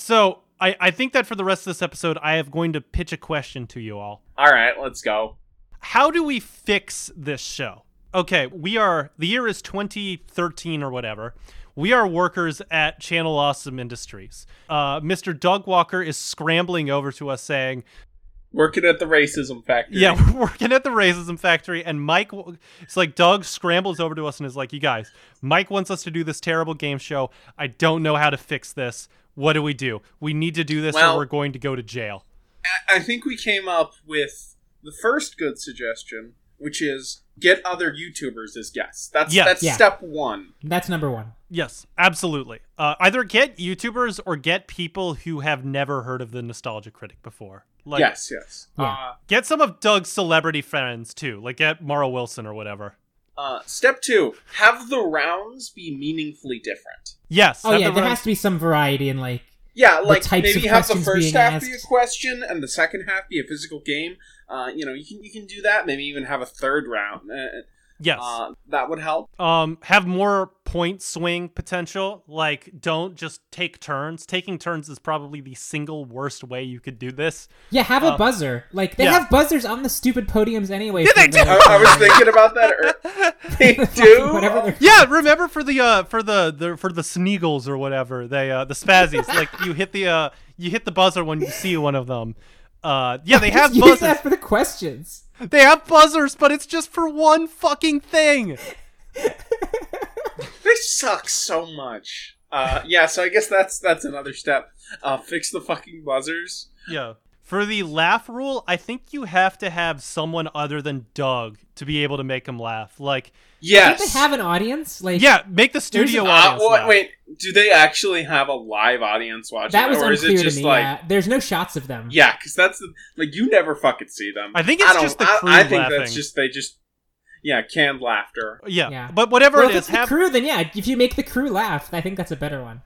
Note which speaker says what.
Speaker 1: So I, I think that for the rest of this episode, I am going to pitch a question to you all.
Speaker 2: All right, let's go.
Speaker 1: How do we fix this show? Okay, we are, the year is 2013 or whatever. We are workers at Channel Awesome Industries. Uh, Mr. Doug Walker is scrambling over to us saying,
Speaker 2: Working at the racism factory.
Speaker 1: yeah, we're working at the racism factory, and Mike. w- It's like Doug scrambles over to us and is like, "You guys, Mike wants us to do this terrible game show. I don't know how to fix this. What do we do? We need to do this,
Speaker 2: Well-
Speaker 1: or we're going to go to jail."
Speaker 2: I- I think we came up with the first good suggestion, which is get other YouTubers as guests. That's
Speaker 1: Yeah.
Speaker 2: that's
Speaker 3: Yeah.
Speaker 2: step one.
Speaker 3: That's number one.
Speaker 1: Yes, absolutely. Uh, either get YouTubers or get people who have never heard of the Nostalgia Critic before. Like,
Speaker 2: yes, yes.
Speaker 3: Yeah.
Speaker 2: Uh,
Speaker 1: Get some of Doug's celebrity friends too, like get Mara Wilson or whatever.
Speaker 2: uh, step two: have the rounds be meaningfully different.
Speaker 1: Yes.
Speaker 3: Oh
Speaker 1: have
Speaker 3: yeah,
Speaker 1: the
Speaker 3: there
Speaker 1: right-
Speaker 3: has to be some variety in like
Speaker 2: Yeah, like
Speaker 3: types
Speaker 2: maybe
Speaker 3: of
Speaker 2: have the
Speaker 3: questions
Speaker 2: first
Speaker 3: being
Speaker 2: half be a
Speaker 3: asked.
Speaker 2: question and the second half be a physical game. Uh, you know, you can you can do that. Maybe even have a third round. Uh,
Speaker 1: yes.
Speaker 2: uh, that would help.
Speaker 1: um have more point swing potential like don't just take turns taking turns is probably the single worst way you could do this
Speaker 3: yeah, have
Speaker 1: Uh,
Speaker 3: a buzzer. Like they
Speaker 1: yeah.
Speaker 3: have buzzers on the stupid podiums anyway.
Speaker 1: Yeah,
Speaker 3: for
Speaker 1: they do.
Speaker 3: the-
Speaker 2: I, I was thinking about that. ear- They do.
Speaker 3: Whatever they're
Speaker 1: yeah remember for the uh for the, the for the sneagles or whatever they uh the spazzies like you hit the uh you hit the buzzer when you see one of them uh yeah they have
Speaker 3: Use
Speaker 1: buzzers
Speaker 3: that for the questions.
Speaker 1: they have buzzers but it's just for one fucking thing
Speaker 2: They suck so much. Uh, yeah, so I guess that's that's another step. Uh, fix the fucking buzzers.
Speaker 1: yeah for the laugh rule i think you have to have someone other than doug to be able to make him laugh like
Speaker 2: Yes.
Speaker 3: Don't they have an audience? Like
Speaker 1: yeah make the studio audience
Speaker 2: Uh,
Speaker 1: laugh.
Speaker 2: what, wait, do they actually have a live audience watching?
Speaker 3: that was
Speaker 2: or is
Speaker 3: unclear
Speaker 2: it just
Speaker 3: to me.
Speaker 2: like
Speaker 3: yeah. There's no shots of them.
Speaker 2: Yeah, because that's the, like you never fucking see them.
Speaker 1: I think it's
Speaker 2: don't-
Speaker 1: just the crew
Speaker 2: I, I think that's
Speaker 1: laughing.
Speaker 2: just they just yeah canned laughter.
Speaker 1: Yeah.
Speaker 3: Yeah.
Speaker 1: But whatever
Speaker 3: Well,
Speaker 1: it
Speaker 3: if
Speaker 1: is,
Speaker 3: it's the
Speaker 1: have
Speaker 3: crew, then yeah. If you make the crew laugh, I think that's a better one.